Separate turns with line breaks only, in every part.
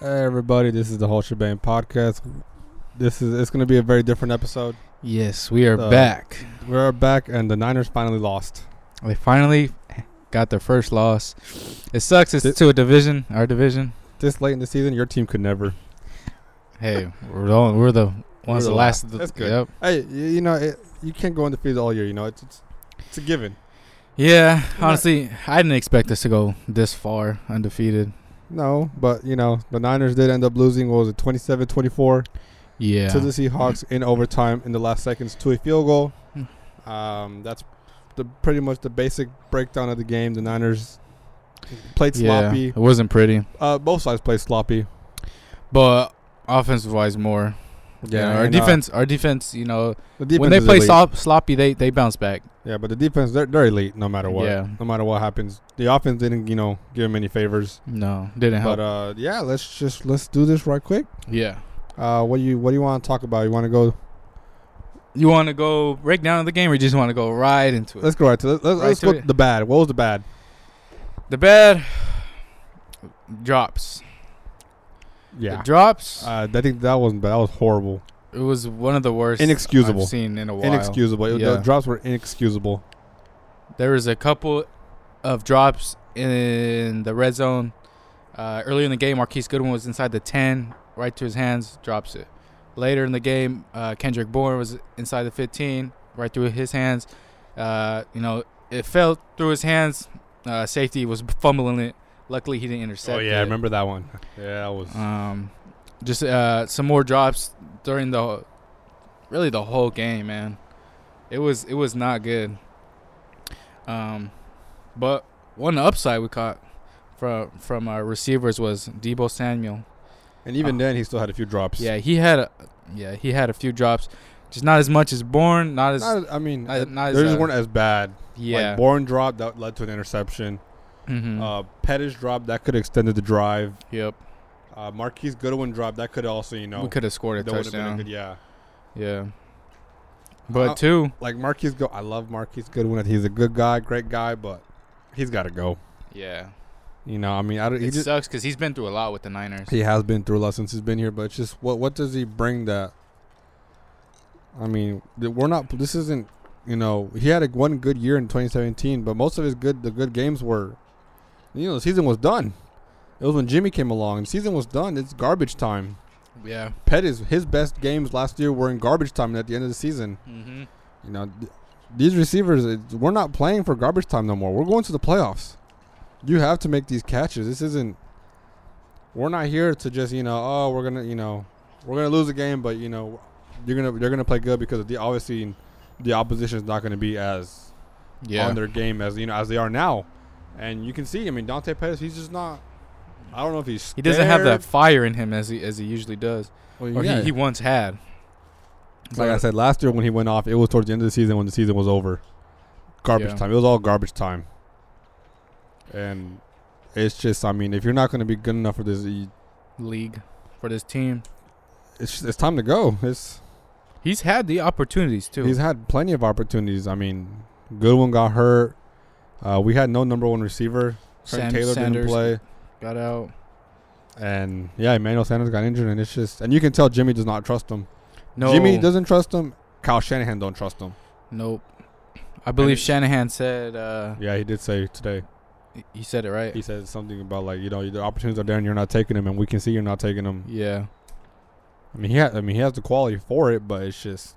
everybody. This is the whole shebang podcast. This is it's going to be a very different episode.
Yes, we are
Uh,
back.
We're back, and the Niners finally lost.
They finally got their first loss. It sucks. It's
Th-
to a division, our division.
This late in the season, your team could never.
Hey, we're the only, we're the
We're
ones
the
the last. Of the,
That's good.
Yep.
Hey, y- you know it, you can't go undefeated all year. You know it's it's, it's a given.
Yeah.
not-
Honestly, I didn't expect us to go this far undefeated.
No, but you know the Niners did end up losing. What was it 27-24
Yeah.
to the Seahawks in overtime in the last seconds to a field goal.
Hmm.
Um, that's the pretty much the basic breakdown of the game. The Niners played
yeah.
sloppy.
It wasn't pretty,
Uh, both sides played sloppy.
but offensive wise, more. You know, our
and, uh,
defense. our defense. You know,
the defense
when they
is
play
elite.
slop, sloppy, they they bounce back.
yeah, but the defense they're they're elite no matter what.
Yeah.
No matter what happens, the offense didn't you know give them any favors.
No, didn't help.
But uh, yeah, let's just let's do this right quick.
yeah.
Uh, what do you what do you want to talk about? You want to go?
You want to go break down the game, or you just want to go right into it?
Let's go right to let's, let's,
Right
let's
to
go
it.
to the bad. What was the bad?
The bad drops.
Yeah,
The drops.
uh, I think that wasn't bad. That was horrible,
it was one of the worst
Inexcusable.
I've seen in a while.
inexcusable. It- The
Yeah.
drops were inexcusable.
There was a couple of drops in the red zone uh, earlier in the game. Marquise Goodwin was inside the ten, right to his hands, drops it. Later in the game, uh, Kendrick Bourne was inside the fifteen, right through his hands. Uh, you know, it fell through his hands. Uh, safety was fumbling it. Luckily, he didn't
Oh,
intercept. it.
that one. Yeah, that was.
Um, just uh, some more drops during the really the whole game, man. It was it was not good. Um, but one upside we caught from from our receivers was Debo Samuel.
and even then, he still had a few drops.
uh, Yeah, he had a yeah he had a few drops, just not as much as Bourne, not as
Not, I mean,
not- not as,
they just
uh,
weren't as bad.
yeah.
Like Bourne dropped that led to an interception.
Mhm.
Uh, Pettis dropped that could have extended the drive.
yep,
Uh, Marquise Goodwin dropped that could also you know
we could have scored a
that would have been a
touchdown.
good yeah.
yeah, but
Uh,
two
Like Marquise Go, I love Marquise Goodwin. He's a good guy, great guy, but he's got to go.
yeah,
You know, I mean, I don't, he
it
just
sucks because he's been through a lot with the Niners.
he has been through a lot since he's been here, but it's just what what does he bring that? I mean, th- we're not. This isn't. You know, he had a, one good year in 2017, but most of his good the good games were, you know, the season was done. It was when Jimmy came along. The season was done. It's garbage time.
Yeah.
Pettis, his best games last year were in garbage time and at the end of the season.
Mm-hmm.
You know, th- these receivers, it, we're not playing for garbage time no more. We're going to the playoffs. You have to make these catches. This isn't. We're not here to just you know oh we're gonna you know we're gonna lose a game, but you know you're gonna they're gonna play good because of the obviously the opposition is not gonna be as
Yeah.
on their game as you know as they are now, and you can see. I mean, Dante Pettis, he's just not. I don't know if he's
he doesn't have that
scared.
fire in him as he as he usually does,
Well,
or
yeah.
he, he once had.
Like I
But-
said last year when he went off, it was towards the end of the season when the season was over. Garbage
Yeah.
time. It was all garbage time. And it's just, I mean, if you're not going to be good enough for this, you-
league for this team,
it's just- it's time to go. It's
he's had the opportunities too.
he's had plenty of opportunities. I mean, Goodwin got hurt. Uh, we had no number one receiver. Trent
Sam-
Taylor didn't
Sanders
play,
got out.
and yeah, Emmanuel Sanders got injured, and it's just, and you can tell Jimmy does not trust him.
No,
Jimmy doesn't trust him. Kyle Shanahan don't trust him.
Nope. I believe
it's-
Shanahan said uh,
Yeah, he did say today.
he- he said it right.
he said something about like you know the opportunities are there and you're not taking them and we can see you're not taking them.
Yeah,
I mean he ha I mean he has the quality for it, but it's just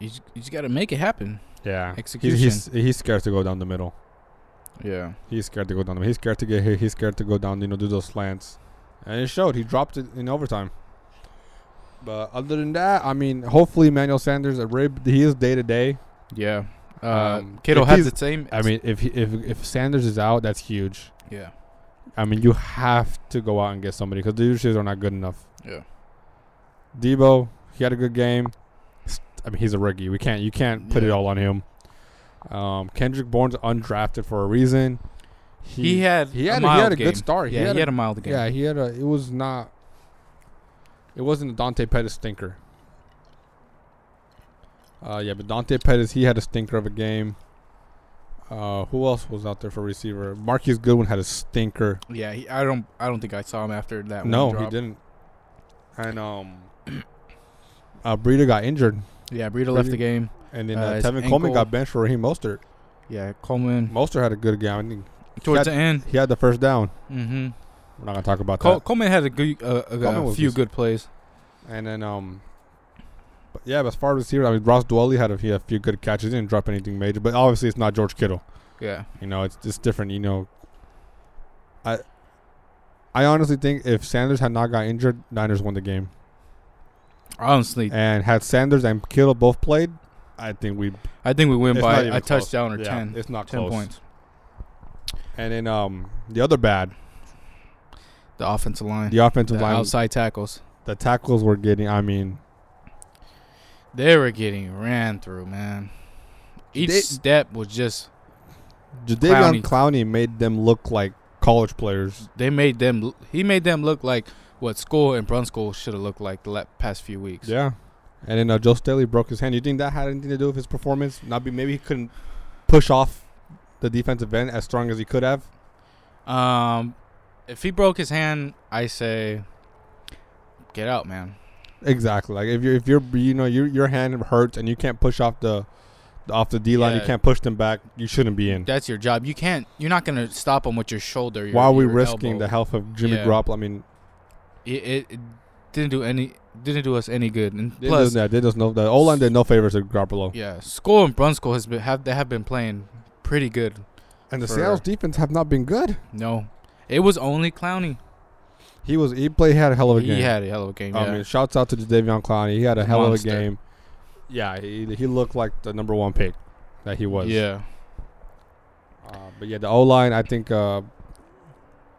you just, you just got to make it happen.
yeah
Execution.
He's, he's he's scared to go down the middle.
Yeah,
He's scared to go down the middle. He's scared to get hit. He's scared to go down. You know do those slants, and it showed. He dropped it in overtime. But other than that, I mean, hopefully Emmanuel Sanders, a rib, he is day to day.
yeah. Uh,
Um,
Kittle
if
has
he's-
the same.
I mean, if he, if if Sanders is out, that's huge.
yeah,
I mean, you have to go out and get somebody because the receivers are not good enough.
Yeah.
Debo, he had a good game. S- I mean, he's a rookie. We can't, you can't put it
Yeah.
all on him. Um, Kendrick Bourne's undrafted for a reason.
he, had
he
a
had a,
mild
he had a
game.
good start.
Yeah, he had, a mild game.
yeah he had a it was not it wasn't a Dante Pettis stinker. Uh, yeah, but Dante Pettis he had a stinker of a game. Uh, who else was out there for receiver? Marquise Goodwin had a stinker.
Yeah, he, I don't I don't think I saw him after that.
no,
one drop.
he didn't. And um, uh, Breida got injured,
Yeah, Breida left
Breida-
the game.
and then
Uh,
uh,
his
Tevin Coleman
ankle.
got benched for Raheem Mostert.
Yeah, Coleman
Mostert had a good game. I think
towards
got-
the end.
he had the first down.
Mm-hmm.
We're not gonna talk about
Col- Coleman had a, good, uh, a,
Coleman
a
was
few
decent.
good plays.
that. And then um, but yeah, but as far as receivers, I mean Ross Dwelly had a, he had a few good catches. He didn't drop anything major, but obviously it's not George Kittle.
Yeah,
You know, it's it's different. You know, I I honestly think if Sanders had not got injured, Niners won the game.
honestly,
And had Sanders and Kittle both played, I think we
I think we win
It's not
by
even
a
close.
touchdown or
yeah,
ten.
It's not
10
close.
points.
And then um the other bad,
The offensive line,
the offensive
the
line,
outside tackles,
the tackles were getting. I mean,
they were getting ran through, man. Each
They-
step was just
Jadavion
Clowney.
Clowney made them look like college players.
they made them. He made them look like what school and Brun school should have looked like the la- past few weeks.
Yeah. And then uh, Joe Staley broke his hand. You think that had anything to do with his performance? Not be maybe he couldn't push off the defensive end as strong as he could have.
Um, if he broke his hand, I say, get out, man.
Exactly. Like if you're if you're you know your your hand hurts and you can't push off the off the D line, you
Yeah.
can't push them back. You shouldn't be in.
That's your job. You can't. You're not gonna stop him with your shoulder. Your,
Why are we
your
risking
elbow.
the health of Jimmy
Yeah.
Garoppolo? I mean,
It, it, it didn't do any. Didn't do us any good. And
they
plus,
does, yeah, they does no the O line did no favors to Garoppolo.
yeah, school and Brun school has been have they have been playing pretty good.
And the
For-
Seattle's defense have not been good.
No, it was only Clowney.
He was he played he had a hell of a
He
game.
had a hell of a game.
I
yeah.
mean, shouts out to Davion Clowney. He had a hell
Monster.
of a game. Yeah, he he looked like the number one pick that he was.
yeah,
Uh, but yeah, the O line, I think, uh,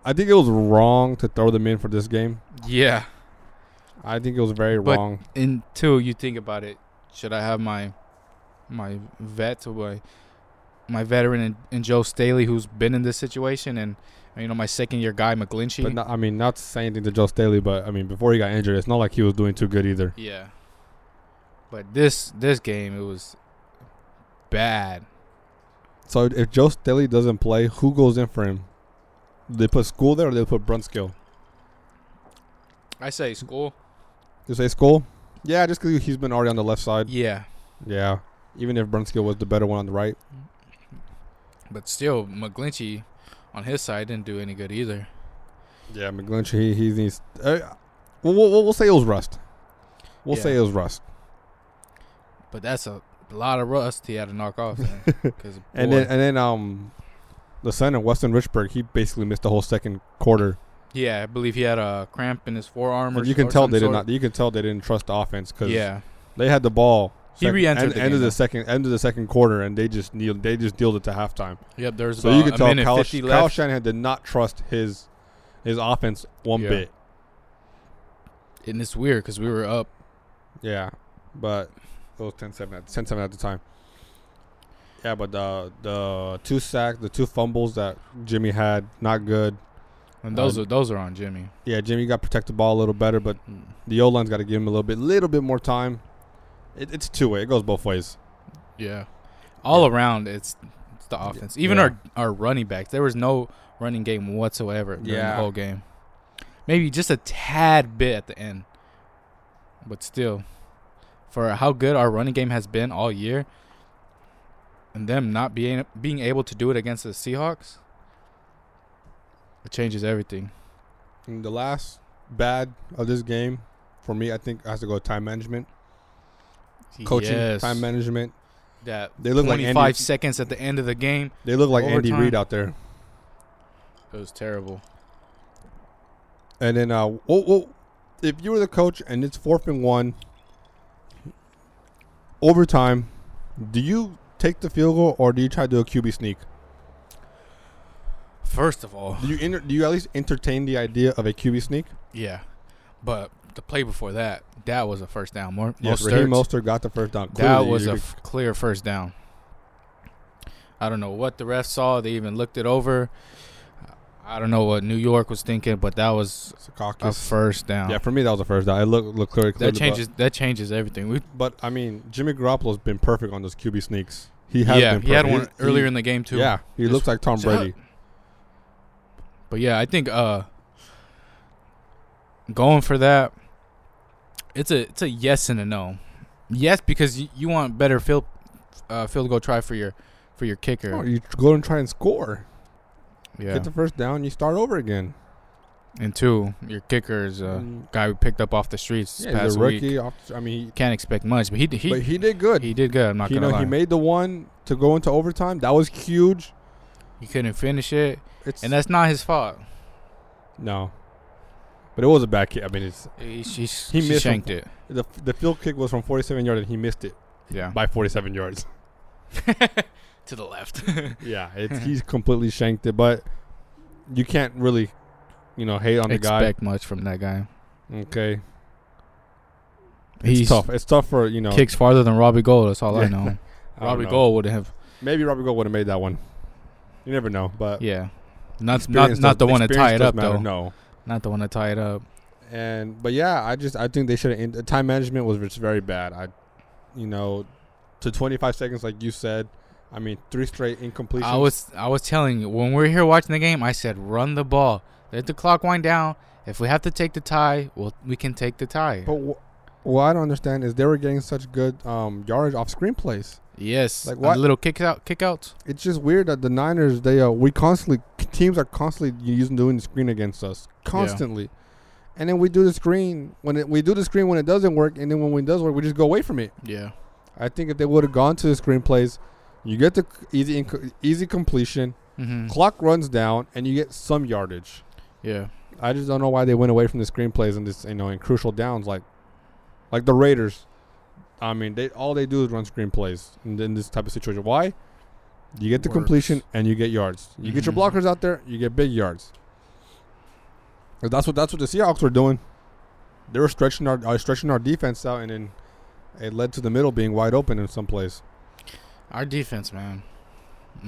I think it was wrong to throw them in for this game.
yeah.
I think it was very
But-
wrong.
Until you think about it, should I have my my vet or my my veteran and, and Joe Staley, who's been in this situation, and you know my second year guy McGlinchey.
But not, I mean, not saying anything to Joe Staley, but I mean, before he got injured, it's not like he was doing too good either.
yeah. But this this game it was bad.
So if Joe Staley doesn't play, who goes in for him? They put school there, or they put Brunskill.
I say school.
You say school? Yeah, just because he's been already on the left side.
Yeah,
Yeah, even if Brunskill was the better one on the right.
but still McGlinchey on his side didn't do any good either.
Yeah, McGlinch, he he needs. Uh, we'll, we'll, we'll say it was rust. We'll
Yeah.
say it was rust.
But that's a lot of rust he had to knock off. man, 'cause,
And
boy,
then and then um, the center Weston Richburg, he basically missed the whole second quarter.
yeah, I believe he had a cramp in his forearm. Or
you can
or
tell
some
they did
sort.
not. You can tell they didn't trust the offense because
Yeah,
they had the ball.
He re-entered
end,
the
end
game,
of
though.
the second end of the second quarter, and they just kneeled. They just dealed it to halftime.
yep. There's
So
about
you can
a
tell
minute
Kyle,
fifty
Kyle
left.
Shanahan did not trust his his offense one
Yeah.
bit.
and it's weird because we were up.
Yeah, but it was 10-7 at, 10-7 at the time. Yeah, but the the two sacks, the two fumbles that Jimmy had, not good.
And those
Uh,
are those are on Jimmy. Mm.
Yeah, Jimmy got to protect the ball a little better, but the O line's got to give him a little bit, little bit more time. It, it's two way. It goes both ways.
Yeah, all around it's, it's the offense. Even
Yeah.
our our running backs, there was no running game whatsoever during
Yeah.
the whole game. Maybe just a tad bit at the end, but still, for how good our running game has been all year, and them not being being able to do it against the Seahawks, it changes everything.
And the last bad of this game for me, I think, has to go time management, coaching,
Yes.
time management.
that
They look like
25
Andy.
seconds at the end of the game.
They look like Andy
Overtime.
Reid out there.
It was terrible.
And then, uh, whoa, whoa, if you were the coach and it's fourth and one, overtime, do you take the field goal or do you try to do a QB sneak?
First of all,
Do you enter, do you at least entertain the idea of a QB sneak?
yeah, but the play before that, that was a first down. More,
Yes,
most
Raheem Mostert got the first down.
that
Clearly,
was
you-
a f- clear first down. I don't know what the refs saw. They even looked it over. I don't know what New York was thinking, but that was
it's a caucus.
a first down.
Yeah, for me that was the first down. It looked looked clear.
that changes. That changes everything. We
But, but I mean, Jimmy Garoppolo's been perfect on those QB sneaks. He has
Yeah,
been.
he had
perfect.
one
He's-
earlier in the game too.
Yeah, he
Just
looks like Tom
shut
Brady.
But yeah, I think uh going for that it's a it's a yes and a no. Yes because you, you want better field uh, field goal try for your for your kicker.
Oh, you tr- go and try and score.
yeah.
Get the first down. You start over again.
and two, your kicker is a
Mm,
guy we picked up off the streets this
yeah, he's
past
a
week.
rookie. Off, I mean,
Can't expect much, but he did-
he,
he
but he did good.
he did good, I'm not
you
going to
know,
lie.
he made the one to go into overtime. That was huge.
he couldn't finish it,
It's
and that's not his fault.
no, but it was a bad kick. I mean, it's
He, she,
He
she
missed him.
shanked it.
the the field kick was from 47 yards, and he missed it
Yeah.
by 47 yards.
to the left.
yeah, it's, he's completely shanked it, but you can't really, you know, hate on the
expect much from that guy.
guy. Okay, it's
He's
tough. It's tough for you know.
kicks farther than Robbie Gold. That's all
Yeah.
I know.
I don't
Robbie
know.
Gold would have,
Maybe Robbie Gold would have made that one. You never know, but
yeah, not
Uh,
not
experience
not the
does-
one to tie
experience
it
does
up
matter,
though.
No,
Not the one to tie it up.
and but yeah, I just I think they should have time management was just very bad. I, you know, to 25 seconds like you said. I mean, three straight incompletions.
I was I was telling you when we were here watching the game. I said run the ball, let the clock wind down. If we have to take the tie, well, we can take the tie.
but wh- what I don't understand is they were getting such good um, yardage off screenplays.
yes,
Like
like
what?
little kick out, kick outs.
It's just weird that the Niners they uh, we constantly teams are constantly using doing the screen against us constantly, and then we do the screen when it, we do the screen when it doesn't work, and then when it does work, we just go away from it.
Yeah,
I think if they would have gone to the screenplays, you get the c- easy inc- easy completion,
hmm
Mm. clock runs down, and you get some yardage.
yeah.
I just don't know why they went away from the screenplays and this you know in crucial downs like, like the Raiders. I mean, they all they do is run screenplays in, in this type of situation. Why? You get the
Works.
completion and you get yards. You get your
Mhm.
blockers out there, you get big yards. 'Cause That's what that's what the Seahawks were doing. They were stretching our uh, stretching our defense out, and then it led to the middle being wide open in some plays.
Our defense, man,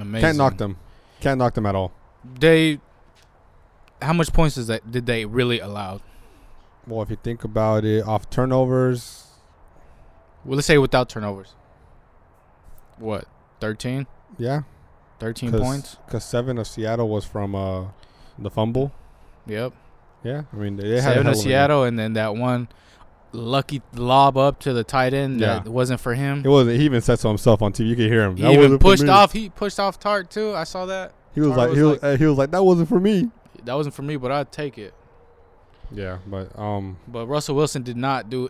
amazing.
Can't knock them. Can't knock them at all.
They, how much points is that? Did they really allow?
Well, if you think about it, off turnovers,
Well, let's say without turnovers. What? 13?
yeah,
13
'Cause-
points?
because seven of Seattle was from uh, the fumble.
Yep.
Yeah, I mean they, they had a
Seven
hell
of
of a game.
Seattle, and then that one lucky lob up to the tight end that
Yeah.
wasn't for
It
him.
was he even said so himself on TV. You could hear him.
He
"That
even
wasn't for
pushed
me."
off. He pushed off Tart, too. I saw that.
He was
Tart
like
was
he was,
like-
uh, he was like that wasn't for me.
That wasn't for me, but I'd take it.
Yeah, but um,
But Russell Wilson did not do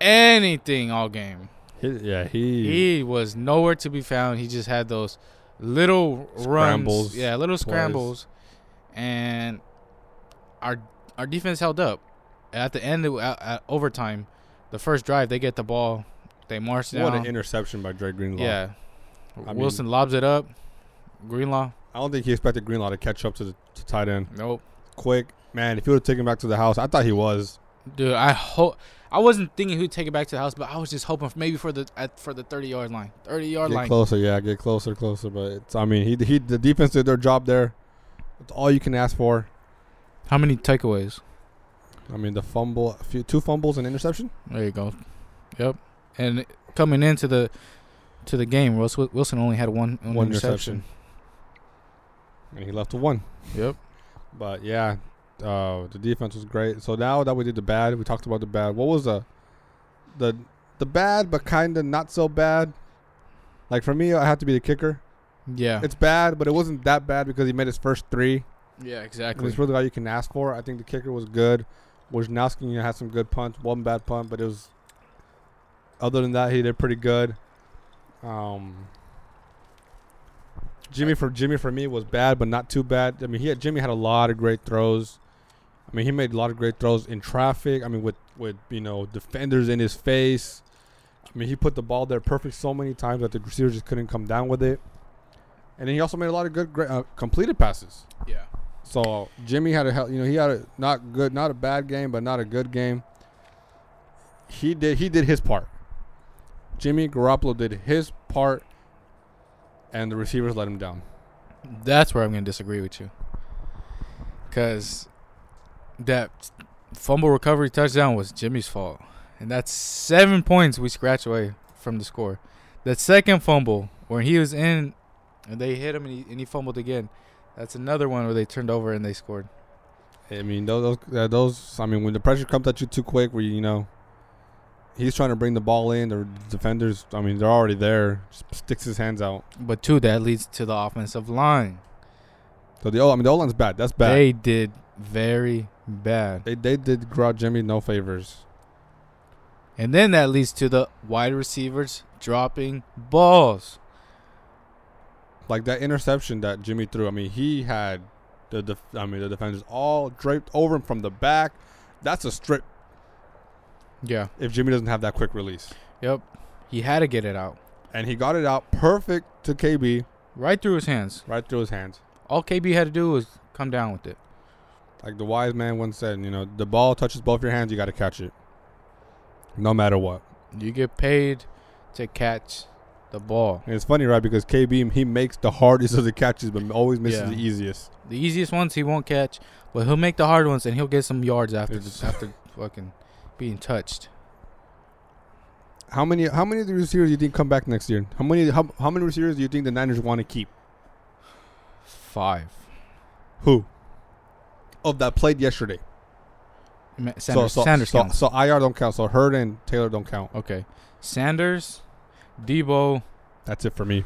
anything all game.
he, yeah he,
He was nowhere to be found. He just had those little
Scrambles,
runs. Yeah, little
plays.
scrambles. And our our defense held up. At the end of at, at overtime, the first drive they get the ball, they march down.
what an interception by Dre Greenlaw.
yeah.
I mean-
Wilson lobs it up. Greenlaw,
I don't think he expected Greenlaw to catch up to the to tight end
nope.
quick. Man, if he would have taken him back to the house, I thought he was.
Dude, I hope I wasn't thinking who'd take it back to the house, but I was just hoping for maybe for the at, for the thirty yard line, thirty yard
Get
line.
closer, yeah, get closer, closer. But it's, I mean, he he the defense did their job there. It's all you can ask for.
How many takeaways?
I mean, the fumble, a few, two fumbles and interception.
There you go. Yep. And coming into the to the game, Russ Wil- Wilson only had one one,
One
interception.
and he left with one.
Yep.
But yeah, uh, the defense was great. So now that we did the bad, we talked about the bad. What was the the the bad, but kind of not so bad? Like for me, I have to be the kicker.
Yeah.
It's bad, but it wasn't that bad because he made his first three.
yeah.
And
Exactly.
it's really all you can ask for. I think the kicker was good. Wojnarowski had some good punts, one bad punt, but it was. Other than that, he did pretty good. Um, Jimmy for Jimmy for me was bad, but not too bad. I mean, he had, Jimmy had a lot of great throws. I mean, he made a lot of great throws in traffic. I mean, with with you know defenders in his face. I mean, he put the ball there perfect so many times that the receiver just couldn't come down with it. And then he also made a lot of good great, uh, completed passes.
yeah.
So Jimmy had a hell, you know, he had a not good, not a bad game, but not a good game. He did he did his part. Jimmy Garoppolo did his part, and the receivers let him down.
That's where I'm gonna disagree with you. Cause that fumble recovery touchdown was Jimmy's fault, and that's seven points we scratch away from the score. The second fumble when he was in, and they hit him, and he, and he fumbled again. That's another one where they turned over and they scored.
I mean, those those, uh, those. I mean, when the pressure comes at you too quick, where you, you know, he's trying to bring the ball in, the defenders. I mean, they're already there. Just sticks his hands out.
But two, that leads to the offensive line.
So the O. I mean, the O line's bad. That's bad.
They did very bad,
They they did Grod Jimmy no favors.
and then that leads to the wide receivers dropping balls.
Like that interception that Jimmy threw. I mean, he had the def- I mean the defenders all draped over him from the back. That's a strip.
Yeah.
If Jimmy doesn't have that quick release,
Yep. He had to get it out
and he got it out perfect to KB
right through his hands.
right through his hands.
All KB had to do was come down with it.
Like the wise man once said, you know, the ball touches both your hands, you got to catch it, no matter what.
You get paid to catch the ball.
And it's funny, right? Because KB he makes the hardest of the catches, but always misses
Yeah.
the easiest.
The easiest ones he won't catch, but he'll make the hard ones and he'll get some yards after
It's-
the, after fucking being touched.
How many? How many of the receivers do you think come back next year? How many? How, how many receivers do you think the Niners want to keep?
Five.
Who? Of that played yesterday.
Ma- Sanders.
so so,
Sanders
so,
counts.
so IR don't count. So Hurd and Taylor don't count.
Okay. Sanders, Debo,
That's it for me.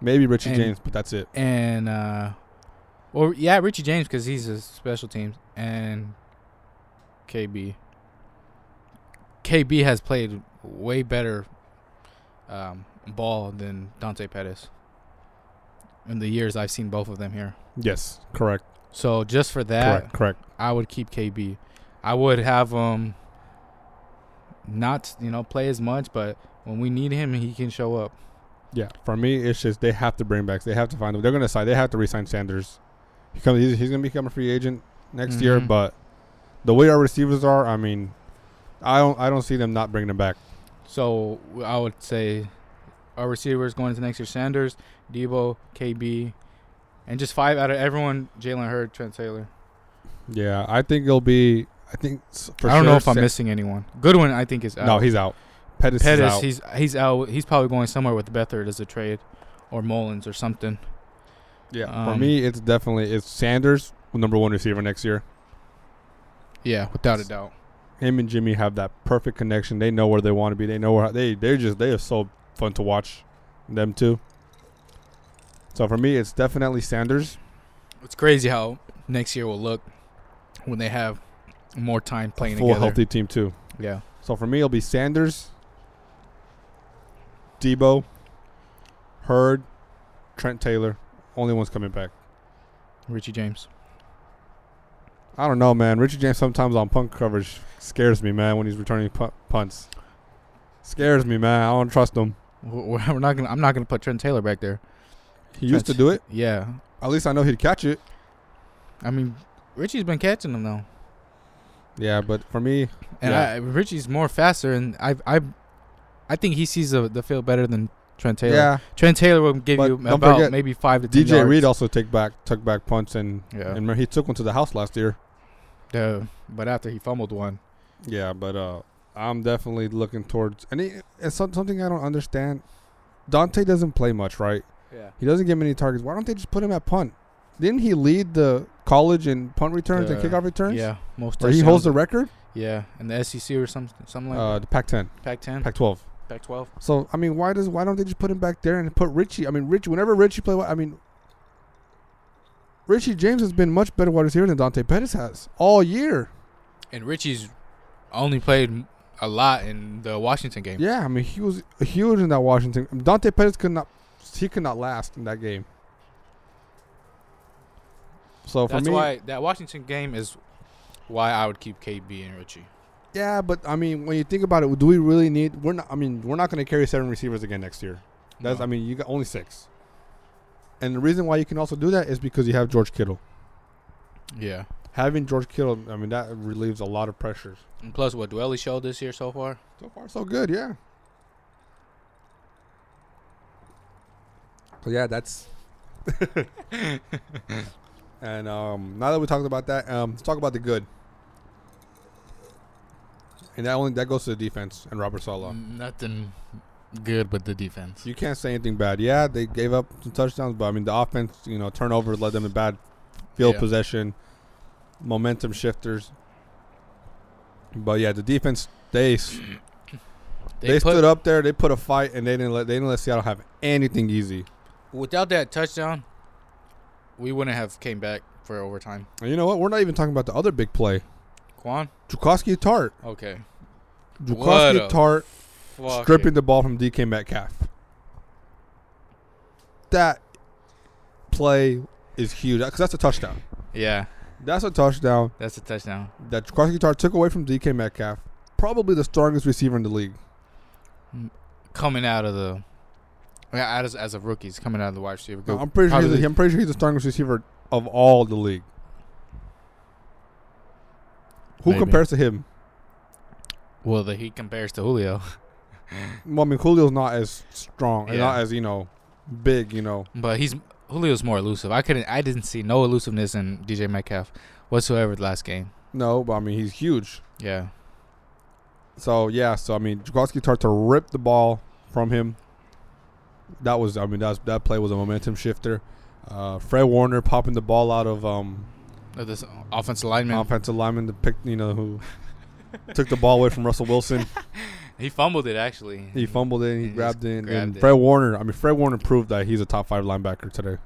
Maybe Richie
And-
James, but that's it.
and uh, well, yeah, Richie James because he's a special teams and KB. KB has played way better um, ball than Dante Pettis in the years I've seen both of them here.
Yes, correct,
So just for
correct,
that,
correct.
I would keep KB. I would have um not you know play as much, but when we need him, he can show up.
Yeah, for me, it's just they have to bring back. They have to find them. They're gonna sign. They have to resign Sanders. He comes. He's, he's gonna become a free agent next year.
Mhm.
But the way our receivers are, I mean, I don't. I don't see them not bringing him back.
So I would say our receivers going into next year: Sanders, Debo, KB, and just five out of everyone: Jalen Hurd, Trent Taylor.
Yeah, I think it'll be. I think s- for
I don't know
sure
if I'm
Sa-
missing anyone. Goodwin, I think is out.
No, he's out. Pettis, is
Pettis.
out.
He's he's out. He's probably going somewhere with Bethard as a trade, or Mullins or something.
yeah, for
um,
me, it's definitely it's Sanders number one receiver next year.
Yeah, without a doubt.
Him and Jimmy have that perfect connection. They know where they want to be. They know where they they're just they are so fun to watch. Them too. So for me, it's definitely Sanders.
It's crazy how next year will look when they have more time playing
full
together.
healthy team too.
Yeah.
So for me, it'll be Sanders, Debo, Hurd, Trent Taylor. Only one's coming back.
Richie James.
I don't know, man. Richard James sometimes on punt coverage scares me, man. When he's returning pu- punts, scares me, man. I don't trust him.
We're we're not gonna. I'm not gonna put Trent Taylor back there.
He used to do it.
Yeah.
At least I know he'd catch it.
I mean, Richie's been catching them though,
Yeah, but for me,
and
Yeah.
I, Richie's more faster, and I I I think he sees the, the field better than Trent Taylor.
yeah.
Trent Taylor will give
But
you
don't
about
forget,
maybe five to ten
DJ
yards.
Reed also took back took back punts and
Yeah.
and he took one to the house last year.
Duh. but after he fumbled one.
Yeah, but uh, I'm definitely looking towards and it, it's some- something I don't understand. Dante doesn't play much, right?
Yeah.
He doesn't get many targets. Why don't they just put him at punt? Didn't he lead the college in punt returns and
The-
kickoff returns?
Yeah. Most.
Or he holds the
touchdowns.
record?
Yeah, in the SEC or something something like
Uh, the Pac-10,
that. Mm-hmm. Pac-10,
Pac-12.
Pac-12.
So I mean, why does why don't they just put him back there and put Richie? I mean, Richie. Whenever Richie play, I mean, Richie James has been much better wide receiver than Dante Pettis has all year.
And Richie's only played a lot in the Washington game.
Yeah, I mean, he was huge in that Washington. Dante Pettis could not, he could not last in that game. So for
That's
me,
why that Washington game is why I would keep KB and Richie.
yeah, but I mean, when you think about it, do we really need? We're not. I mean, we're not going to carry seven receivers again next year. That's.
No.
I mean, you got only six. And the reason why you can also do that is because you have George Kittle.
yeah.
Having George Kittle, I mean, that relieves a lot of pressures.
And plus, what Dwelly showed this year so far.
So far, so good. Yeah. So yeah, that's. and um, now that we talked about that, um, let's talk about the good.
Mm.
And that only that goes to the defense and Robert Sala.
Nothing good with the defense.
You can't say anything bad. Yeah, they gave up some touchdowns, but I mean the offense, you know, turnovers led them to bad field
Yeah.
possession, momentum shifters. But yeah, the defense they s- they,
put-
stood up there, they put a fight, and they didn't let they didn't let Seattle have anything easy.
Without that touchdown, we wouldn't have came back for overtime.
And you know what? We're not even talking about the other big play,
Quan,
Jukowski Tart,
okay, What a
Jukowski Tart
Fuck
stripping
it.
the ball from DK Metcalf. That play is huge because that's a touchdown.
Yeah,
That's a touchdown.
that's a touchdown.
that Jaquaski Guitar took away from DK Metcalf, probably the strongest receiver in the league.
Coming out of the, yeah, as as of rookies coming out of the wide receiver group.
I'm pretty sure he's,
probably-
the- I'm pretty sure he's the strongest receiver of all the league. Who
Maybe.
compares to him?
Well, the, he compares to Julio,
Well, I mean, Julio's not as strong and
Yeah.
not as you know big. You know,
but he's Julio's more elusive. I couldn't, I didn't see no elusiveness in DJ Metcalf whatsoever the last game.
no, but I mean he's huge.
Yeah,
So yeah, so I mean Jaquaski Guitar to rip the ball from him. That was, I mean, that's that play was a momentum shifter. Uh, Fred Warner popping the ball out of um,
Uh, this offensive lineman,
offensive lineman to pick, you know, who took the ball away from Russell Wilson.
he fumbled it actually.
He fumbled it, and he
He
grabbed it,
grabbed
and
it.
Fred Warner. I mean, Fred Warner proved that he's a top five linebacker today,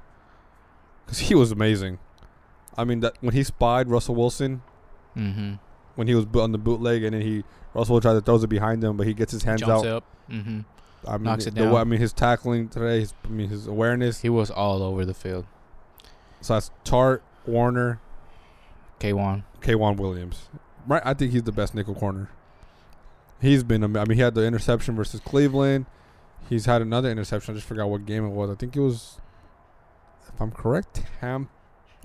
because he was amazing. I mean, that when he spied Russell Wilson
mm-hmm.
when he was bo- on the bootleg, and then he Russell tried to throws it behind him, but he gets his hands out.
Jumps up. Mm-hmm.
I mean,
knocks it
the way- I
down.
mean, his tackling today, his, I mean, his awareness.
He was all over the field.
So that's Tart Warner,
K1.
Kwan Williams. Right, I think he's the best nickel corner. He's been. ama- I mean, he had the interception versus Cleveland. He's had another interception. I just forgot what game it was. I think it was, if I'm correct, Tampa.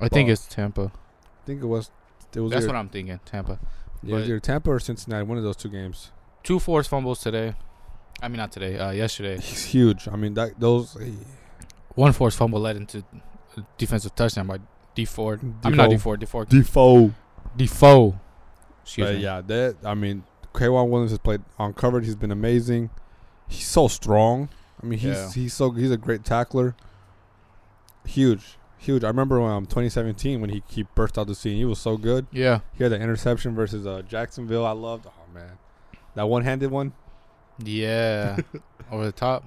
I think
Fuck.
it's Tampa.
I think it was. It was
That's
either,
what I'm thinking. Tampa.
yeah, it was
but-
either Tampa or Cincinnati. One of those two games.
Two forced fumbles today. I mean, not today. Uh, yesterday.
He's huge. I mean, that those.
One forced fumble led into a defensive touchdown by D Ford. I'm not D Ford. D Ford.
Defoe.
Defoe. Excuse
But
me.
yeah, that. I mean, Kwan Williams has played uncovered. He's been amazing. He's so strong. I mean, he's
Yeah.
he's so he's a great tackler. Huge, huge. I remember when um 2017 when he he burst out the scene. He was so good.
Yeah.
He had the interception versus uh Jacksonville. I loved. Oh man, that one handed one.
Yeah. over the top.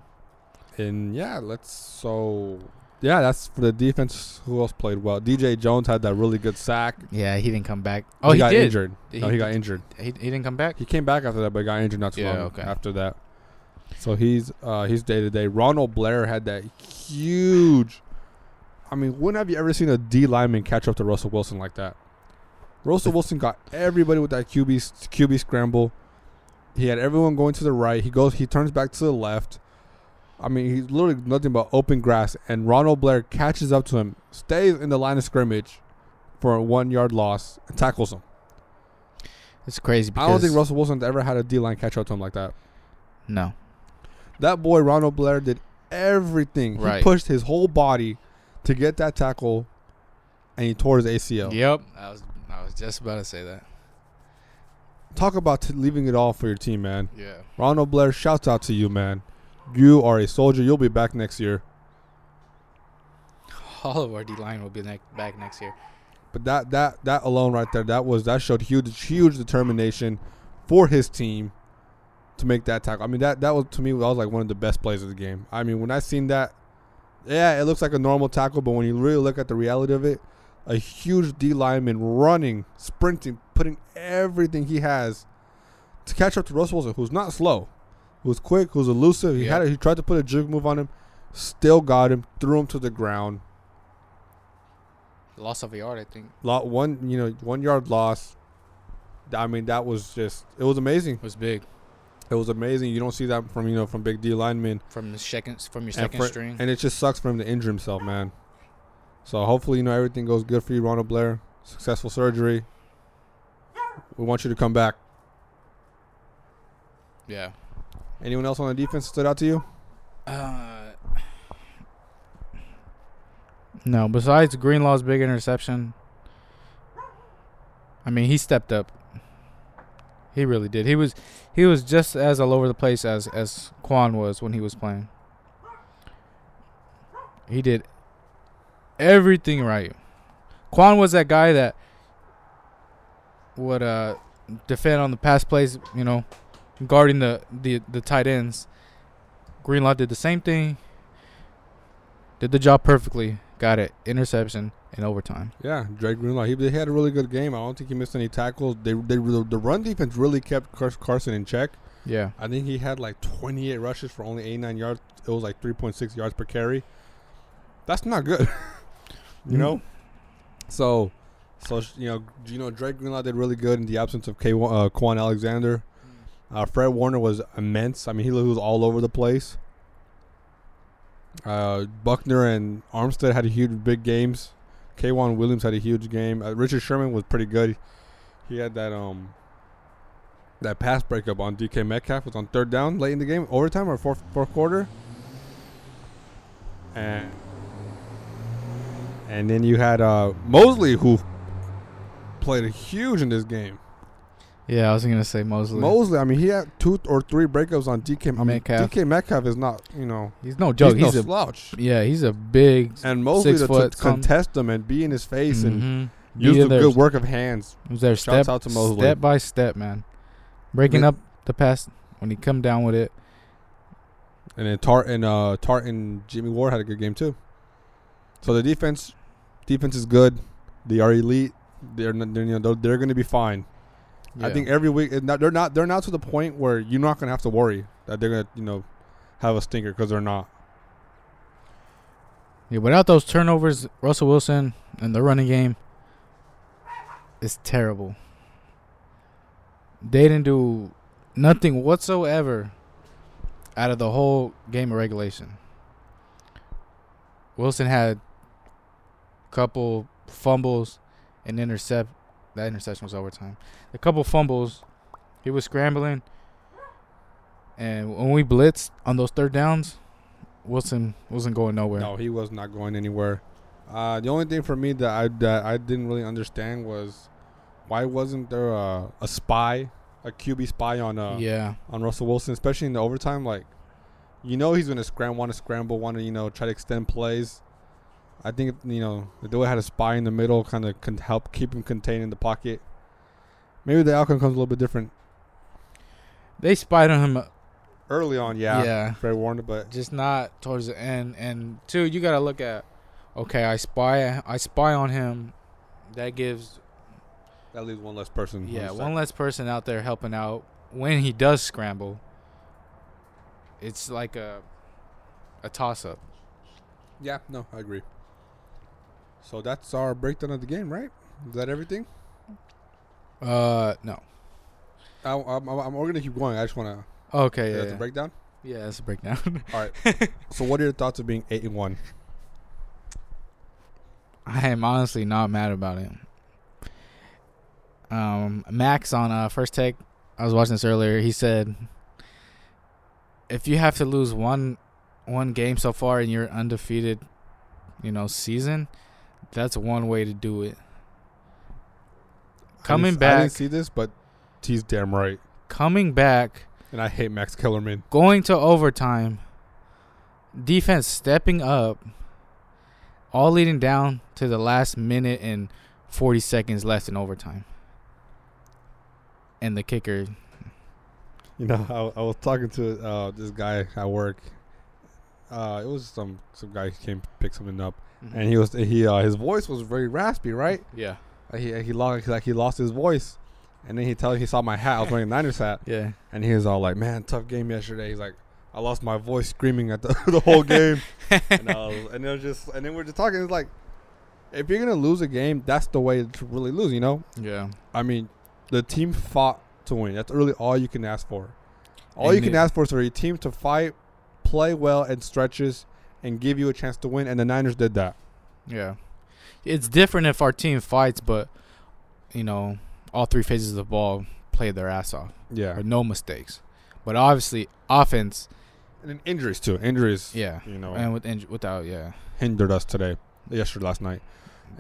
And yeah, let's so. Yeah, that's for the defense. Who else played well? DJ Jones had that really good sack.
Yeah, he didn't come back. Oh, he,
got
did.
injured.
Did
no,
he-
he got injured.
He, he didn't come back.
He came back after that, but got injured not too
Yeah,
long
okay.
after that. So he's uh, he's day to day. Ronald Blair had that huge. I mean, when have you ever seen a D lineman catch up to Russell Wilson like that? Russell Wilson got everybody with that QB s- QB scramble. He had everyone going to the right. He goes. He turns back to the left. I mean, he's literally nothing but open grass. And Ronald Blair catches up to him, stays in the line of scrimmage for a one yard loss, and tackles him.
It's crazy
I
because
don't think Russell Wilson's ever had a D line catch up to him like that.
No.
That boy Ronald Blair did everything. He
Right.
pushed his whole body to get that tackle, and he tore his ACL.
Yep. I was I was just about to say that.
Talk about t- leaving it all for your team, man.
Yeah.
Ronald Blair, shouts out to you, man. You are a soldier. You'll be back next year.
All of our D line will be ne- back next year.
But that that that alone right there, that was that showed huge huge determination for his team to make that tackle. I mean that that was to me that was like one of the best plays of the game. I mean when I seen that, yeah, it looks like a normal tackle, but when you really look at the reality of it, a huge D lineman running, sprinting, putting everything he has to catch up to Russell Wilson, who's not slow, who's quick, who's elusive. He had
Yeah.
it, he tried to put a juke move on him, still got him, threw him to the ground.
Loss of a yard, I think.
lot one you know one yard loss i mean that was just it was amazing
was big
it was amazing you don't see that from you know from big d linemen
from the second from your
and,
second
for-
string.
and it just sucks for him to injure himself man so hopefully you know everything goes good for you ronald blair successful surgery we want you to come back
yeah.
anyone else on the defense stood out to you
Uh, no, besides Greenlaw's big interception, I mean he stepped up. He really did. He was he was just as all over the place as as Quan was when he was playing. He did everything right. Quan was that guy that would uh defend on the pass plays, you know, guarding the the the tight ends. Greenlaw did the same thing. Did the job perfectly. Got it. Interception in overtime.
Yeah, Drake Greenlaw. He, he had a really good game. I don't think he missed any tackles. They, they the, the run defense really kept Cars- Carson in check.
Yeah.
I think he had like 28 rushes for only 89 yards. It was like 3.6 yards per carry. That's not good. you know. So, so sh- you know, you know, Drake Greenlaw did really good in the absence of K- uh, Quan Alexander. Uh, Fred Warner was immense. I mean, he was all over the place. Uh, Buckner and Armstead had huge, big games. Kwan Williams had a huge game. Uh, Richard Sherman was pretty good. He had that um that pass breakup on DK Metcalf was on third down late in the game, overtime or fourth fourth quarter. And and then you had uh, Mosley who played a huge in this game.
Yeah, I was gonna say Mosley.
Mosley, I mean, he had two or three breakups on DK. I mean,
Metcalf.
DK Metcalf is not, you know,
he's no joke.
he's,
He's,
no
a
slouch.
yeah. He's a big.
And Mosley
six
to, to
foot some-
contest him and be in his face and
Mhm.
use
Be
the
there.
good work of hands
It was there
Shouts
step
out to Mosley.
step by step, man. Breaking
Mid-
up the pass when he come down with it.
And then Tart and uh, Tart and Jimmy Ward had a good game too. So the defense, defense is good. They are elite. They're not, they're, you know, they're, going to be fine. I
Yeah.
think every week it's not- they're not they're not to the point where you're not going to have to worry that they're going to you know have a stinker because they're not.
Yeah, without those turnovers, Russell Wilson and the running game is terrible. They didn't do nothing whatsoever out of the whole game of regulation. Wilson had couple fumbles and intercept that interception was overtime. A couple fumbles. He was scrambling. And when we blitzed on those third downs, Wilson wasn't going nowhere.
No, he was not going anywhere. Uh, the only thing for me that I that I didn't really understand was why wasn't there a, a spy, a QB spy on uh,
yeah.
on Russell Wilson, especially in the overtime. Like, you know, he's gonna scram, want to scramble, want to you know try to extend plays. I think you know if they would had a spy in the middle, kind of can help keep him contained in the pocket. Maybe the outcome comes a little bit different
They spied on him. uh,
early on. Yeah,
Yeah.
Fred Warner, but
Just not towards the end. And two, you gotta look at. Okay, I spy. I spy on him. That gives
that leaves one less person.
yeah one less person out there helping out when he does scramble. It's like a a toss up.
yeah, no, I agree. So that's our breakdown of the game, right? Is that everything?
Uh no.
I, I'm, I'm, we're gonna keep going. I just want to
Okay.
yeah,
Yeah.
the
Yeah,
breakdown.
yeah that's a breakdown.
All right. so what are your thoughts of being eight and one?
I am honestly not mad about it. Um, Max on uh, First Take, I was watching this earlier. He said, "If you have to lose one one game so far in your undefeated, you know, season, that's one way to do it.
I
Coming
didn't- I
back,
didn't see this, but he's damn right.
coming back,
And I hate Max Kellerman.
going to overtime, defense stepping up, all leading down to the last minute and 40 seconds left in overtime. And the kicker,
You know, I, I was talking to uh, this guy at work. Uh, it was some some guy who came pick something up,
Mm-hmm.
and he was he uh, his voice was very raspy, right?
yeah,
Uh, He he lost like he lost his voice, and then he tell he saw my hat. I was wearing a Niners hat,
yeah,
and he was all like, "Man, tough game yesterday." He's like, "I lost my voice screaming at the the whole game," and I was, and it was just and then we we're just talking. It's like, if you're gonna lose a game, that's the way to really lose, you know?
yeah.
I mean, the team fought to win. That's really all you can ask for. All you
And
can
it-
ask for is for your team to fight, play well and stretches, and give you a chance to win. And the Niners did that.
Yeah. It's different if our team fights, but, you know, all three phases of the ball play their ass off.
Yeah,
Or no mistakes. But obviously, offense,
and then injuries too. Injuries,
yeah.
you know,
And with inj- without, yeah.
hindered us today, yesterday, last night.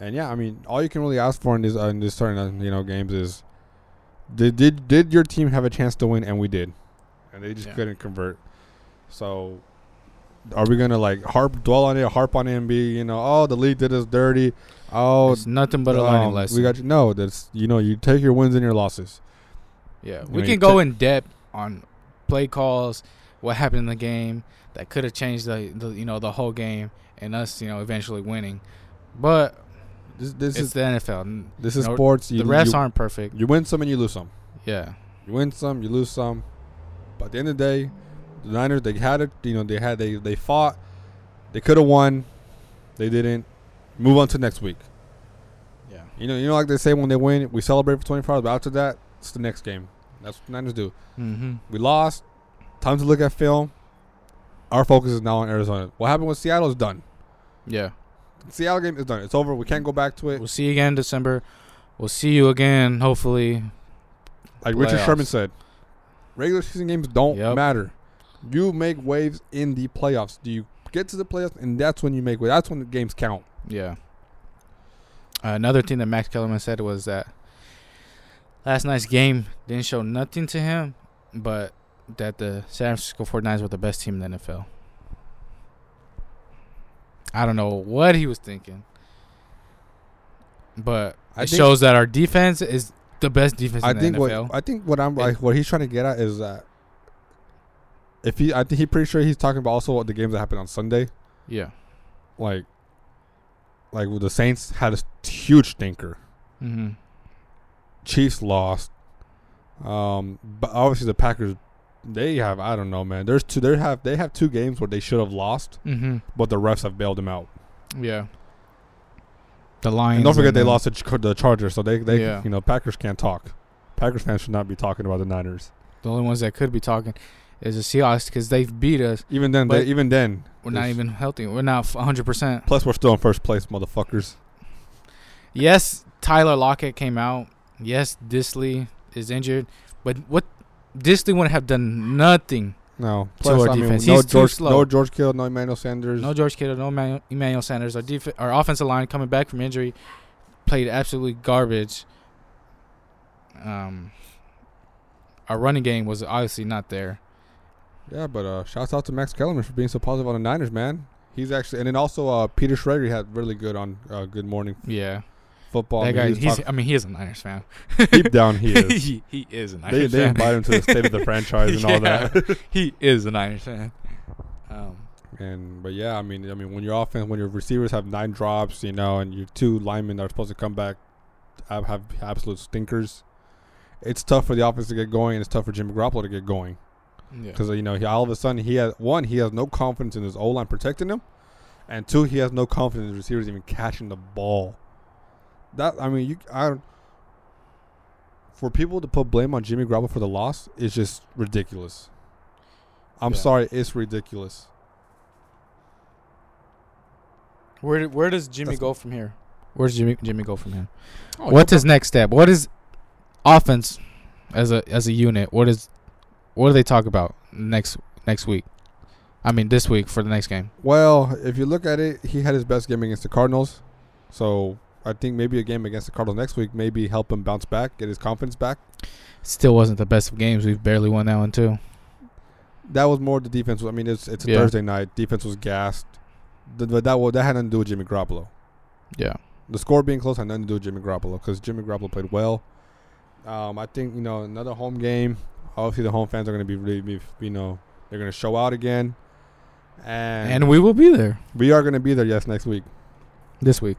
And yeah, I mean, all you can really ask for in this uh, in this certain uh, you know games is Did did did your team have a chance to win? And we did, and they just
Yeah.
couldn't convert. So, are we gonna like harp dwell on it, harp on it, and be you know, oh, the league did us dirty. Oh,
it's nothing but a learning
um,
lesson.
We got you. No, that's you know, you take your wins and your losses.
yeah,
I
we
mean,
can go
t-
in depth on play calls, what happened in the game that could have changed the, the you know the whole game and us you know eventually winning, but
This, this
it's
is
the NFL. and
this is
no-
sports. You,
the refs
you,
aren't perfect.
you win some and you lose some.
Yeah,
You win some, you lose some. But at the end of the day, the Niners they had it. You know they had they they fought. They could have won. They didn't. Move on to next week.
yeah,
You know you know like they say when they win, we celebrate for 24 hours. But after that, it's the next game. That's what the Niners do.
mm-hmm.
We lost. Time to look at film. Our focus is now on Arizona. What happened with Seattle is done.
yeah.
Seattle game is done. It's over. We can't go back to it.
We'll see you again in December. We'll see you again, hopefully.
Like Richard
Playoffs.
Sherman said, regular season games don't
Yep.
matter. You make waves in the playoffs. Do you get to the playoffs, and that's when you make waves. That's when the games count.
Yeah. Uh, Another thing that Max Kellerman said was that last night's game didn't show nothing to him, but that the San Francisco 49ers were the best team in the NFL. I don't know what he was thinking, but
I
it
think-
shows that our defense is the best defense
I
in
think
the
what
NFL.
I think what I'm
Yeah.
like what he's trying to get at is that if he I think he pretty sure he's talking about also what the games that happened on Sunday.
yeah.
Like like the Saints had a huge stinker.
Mm-hmm.
Chiefs lost. Um, but obviously the Packers, they have I don't know, man. There's two. They have they have two games where they should have lost,
Mm-hmm.
but the refs have bailed them out.
Yeah. The Lions.
And don't forget
and
they
the-
lost to Ch- the Chargers, so they they
Yeah.
you know Packers can't talk. Packers fans should not be talking about the Niners.
The only ones that could be talking is the Seahawks because they've beat us.
Even then,
But
they, even then,
We're not
Yes.
even healthy. We're not 100%.
plus we're still in first place, motherfuckers.
Yes, Tyler Lockett came out. Yes, Disley is injured. But what? Disley wouldn't have done nothing.
No,
To
plus
our
I mean,
defense.
no
He's too
George,
slow.
no George Kittle, no Emmanuel Sanders.
No George Kittle, no Emmanuel, Emmanuel Sanders. Our, def- our offensive line coming back from injury played absolutely garbage. Um, our running game was obviously not there.
Yeah, but uh, shouts out to Max Kellerman for being so positive on the Niners, man. He's actually, and then also uh, Peter Schrager had really good on uh, Good Morning
Yeah.
Football. Oh, I
that
mean,
guy,
he was
he's,
talking-
I mean, he is a Niners fan.
deep down he is.
he, he is a Niners
they, they
fan.
invite him to the state of the franchise and all that.
he is a Niners fan. Um,
And but yeah, I mean, I mean, when your offense, when your receivers have nine drops, you know, and your two linemen that are supposed to come back have, have absolute stinkers. It's tough for the offense to get going, and it's tough for Jimmy Garoppolo to get going
yeah.
because you know he all of a sudden he has one, he has no confidence in his O line protecting him, and two, he has no confidence in the receivers even catching the ball. That I mean, you I don't- for people to put blame on Jimmy Garoppolo for the loss is just ridiculous. I'm
Yeah.
sorry, it's ridiculous.
Where do- where does Jimmy
That's-
go from here? Where's Jimmy Jimmy go from here?
Oh,
What's his next step? What is offense as a as a unit? What is what do they talk about next next week? I mean this week for the next game.
Well, if you look at it, he had his best game against the Cardinals. So I think maybe a game against the Cardinals next week maybe help him bounce back, get his confidence back.
Still wasn't the best of games. We've barely won that one too.
That was more the defense. I mean, it's it's a
Yeah.
Thursday night. Defense was gassed. Th- But that wa- that had nothing to do with Jimmy Garoppolo.
Yeah.
The score being close had nothing to do with Jimmy Garoppolo because Jimmy Garoppolo played well. Um, I think you know another home game. Obviously, the home fans are going to be really, be, you know, they're going to show out again, and,
And we will be there
we are going to be there. Yes, next week.
this week.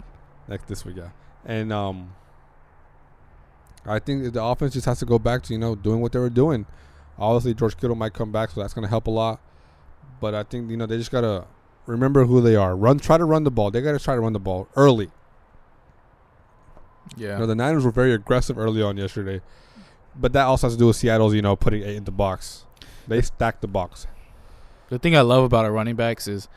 next this week, yeah. And um, I think the offense just has to go back to you know doing what they were doing. Obviously, George Kittle might come back, so that's gonna help a lot. But I think you know they just gotta remember who they are. Run, try to run the ball. They gotta try to run the ball early. You know,
Yeah.
the Niners were very aggressive early on yesterday, but that also has to do with Seattle's you know putting eight in the box. They stacked the box.
The thing I love about our running backs is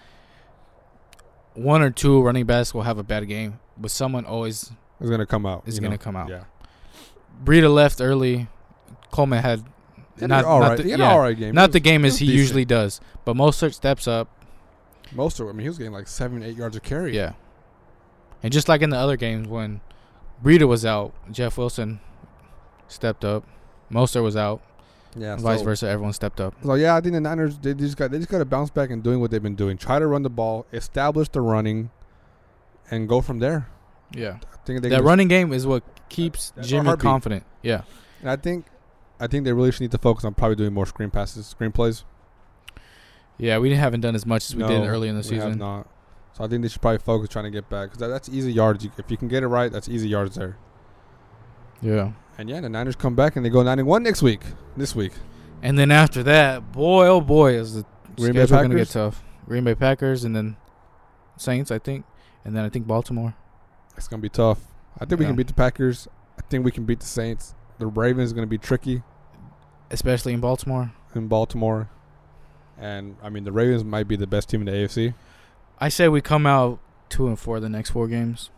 one or two running backs will have a bad game, but someone always
It's gonna come out.
is
you
going to
know?
come out.
Yeah,
Breida left early. Coleman had
He had
not,
an all
not
right.
the,
he had
yeah,
an all right game.
not the game as
was
he
decent.
usually does, but Mostert steps up.
most of. I mean, he was getting like seven, eight yards of carry.
Yeah, and just like in the other games when Breida was out, Jeff Wilson stepped up. Moster was out.
Yeah,
vice
so-
versa, everyone stepped up.
So yeah, I think the Niners they just got they just got to bounce back and doing what they've been doing. Try to run the ball, establish the running, and go from there.
Yeah,
I think they
that
can
running game is what keeps
That's our
Jimmy
heartbeat.
confident. Yeah,
just- and I think, I think they really should need to focus on probably doing more screen passes, screen plays.
yeah, we haven't done as much as we did
No,
early in the
We have
season.
not. So I think they should probably focus trying to get back because that, that's easy yards. You- If you can get it right, that's easy yards there.
Yeah,
And yeah, the Niners come back and they go nine and one next week. This week,
and then after that, boy, oh boy, is the
Green Bay
schedule going to get
Packers?
tough? Green Bay Packers, and then Saints, I think, and then I think Baltimore.
it's gonna be tough. I think we
Yeah.
can beat the Packers. I think we can beat the Saints. The Ravens is gonna be tricky.
especially in Baltimore.
in Baltimore. And I mean, the Ravens might be the best team in the AFC.
I say we come out two and four the next four games.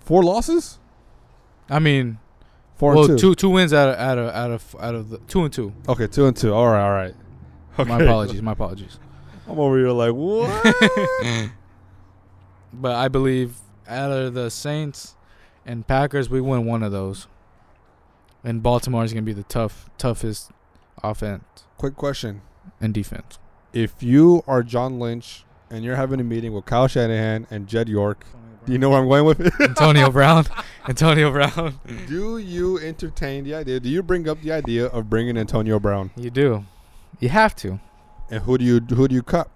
Four losses,
I mean,
four
well,
and two.
two two wins out of out of out of out of the two and two.
Okay, two and two. All right, all right.
My apologies, my apologies.
I'm over here like what?
But I believe out of the Saints and Packers, we win one of those. And Baltimore is gonna be the tough toughest offense
Quick question:
and defense.
If you are John Lynch and you're having a meeting with Kyle Shanahan and Jed York, do you know where I'm going with it?
Antonio Brown, Antonio Brown.
do you entertain the idea? Do you bring up the idea of bringing Antonio Brown?
You do, you have to.
And who do you who do you cut?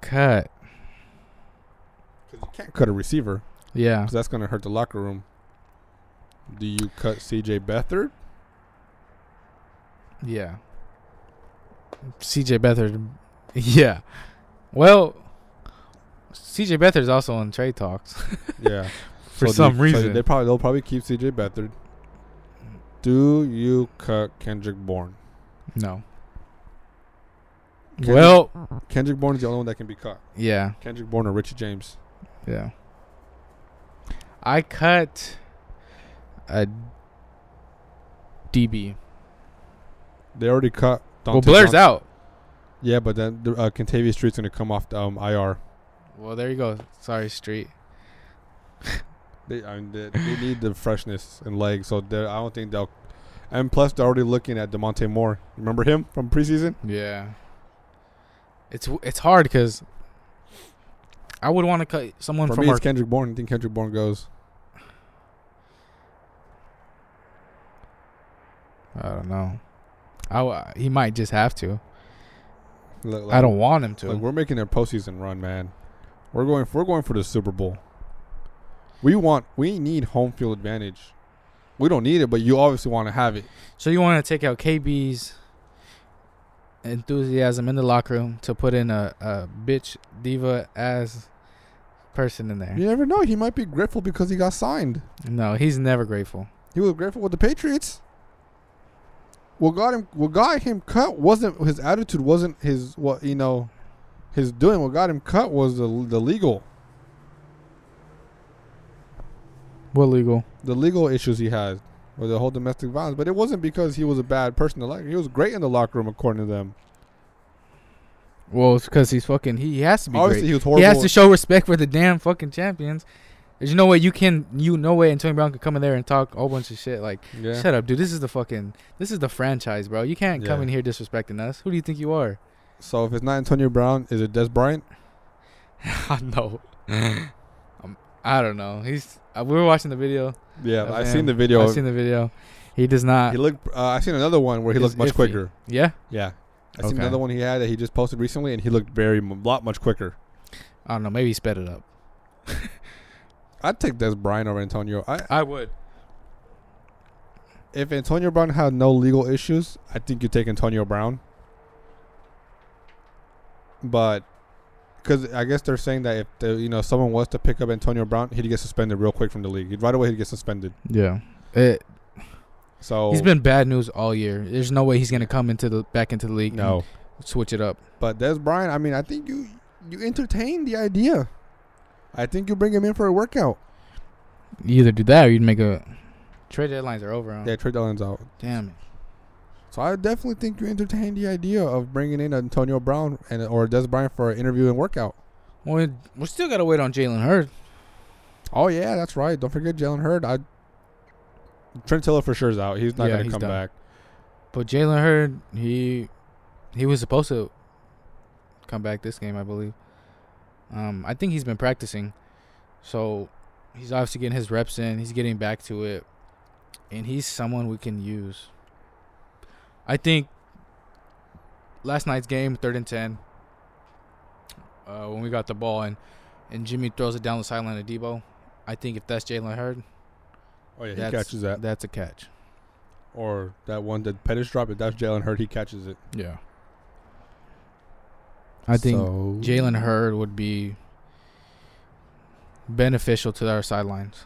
Cut.
Because you can't cut a receiver
Yeah.
because that's going to hurt the locker room. Do you cut C.J. Beathard?
Yeah. CJ Beathard. Yeah. Well, CJ Beathard's also on trade talks.
Yeah.
For
So do
some
you- so
reason.
they probably they'll probably keep CJ Beathard. Do you cut Kendrick Bourne?
no.
Kendrick,
Well,
Kendrick Bourne is the only one that can be cut.
yeah.
Kendrick Bourne or Richie James.
Yeah. I cut a DB.
They already cut.
well, Blair's
Johnson.
out.
Yeah, but then the, uh, Kentavious Street's gonna come off the, um, IR.
Well, there you go. Sorry, Street.
They, I mean, they, they need the freshness and legs, so they're- I don't think they'll. And plus, they're already looking at Demonte Moore. Remember him from preseason?
Yeah. It's it's hard because I would want to cut someone
For
from
me,
our
it's Kendrick Bourne. I think Kendrick Bourne goes.
I don't know. I w- he might just have to.
Look,
I
like-
don't want him to.
Like we're making a postseason run, man. We're going. We're going for the Super Bowl. We want. We need home field advantage. We don't need it, but you obviously want to have it.
so you want to take out KB's enthusiasm in the locker room to put in a, a bitch diva ass person in there?
You never know. He might be grateful because he got signed.
No, he's never grateful.
He was grateful with the Patriots. What got him? What got him cut wasn't his attitude. Wasn't his what you know, his doing. What got him cut was the the legal
What legal?
the legal issues he had with the whole domestic violence. But it wasn't because he was a bad person. To like. He was great in the locker room, according to them.
Well, it's because he's fucking. He, he has to be
Obviously,
great.
he was horrible.
He has to show respect for the damn fucking champions. There's no way you can. You no way Antonio Brown could come in there and talk a whole bunch of shit like.
yeah.
Shut up, dude. This is the fucking this is the franchise, bro. You can't come
Yeah.
in here disrespecting us. Who do you think you are?
So if it's not Antonio Brown, is it Des Bryant?
I know. um, I don't know. He's uh, we were watching the video.
Yeah,
of
Oh, I
him.
seen the video.
I've seen the video. He does not.
he looked. Uh, I seen another one where he
He's
looked much
iffy.
quicker.
yeah.
Yeah, I seen
Okay.
another one he had that he just posted recently, and he looked very m- lot much quicker.
I don't know. Maybe he sped it up.
I'd take Des Bryant over Antonio. I,
I would.
if Antonio Brown had no legal issues, I think you take Antonio Brown. But because I guess they're saying that if the, you know someone was to pick up Antonio Brown, he'd get suspended real quick from the league. He'd, right away, he'd get suspended.
Yeah. It,
So
He's been bad news all year. There's no way he's gonna come into the back into the league. and
no.
switch it up.
But Des Bryant, I mean, I think you you entertain the idea. I think you bring him in for a workout.
You either do that or you'd make a. Trade deadlines are over. Huh?
Yeah, trade deadline's out.
Damn it.
So I definitely think you entertain the idea of bringing in Antonio Brown and or Des Bryant for an interview and workout.
We we still gotta wait on Jalen Hurd.
Oh yeah, that's right. Don't forget Jalen Hurd. I Trent Taylor for sure is out. He's not
Yeah,
gonna
he's
come
done.
back.
But Jalen Hurd, he he was supposed to come back this game, I believe. Um, I think he's been practicing, so he's obviously getting his reps in. He's getting back to it, and he's someone we can use. I think last night's game, third and ten, uh, when we got the ball and and Jimmy throws it down the sideline to Debo. I think if that's Jalen Hurd,
Oh yeah,
that's,
he catches that.
That's a catch.
Or that one that Pettis dropped. If that's Jalen Hurd, he catches it.
Yeah. I think
So-
Jalen Hurd would be beneficial to our sidelines.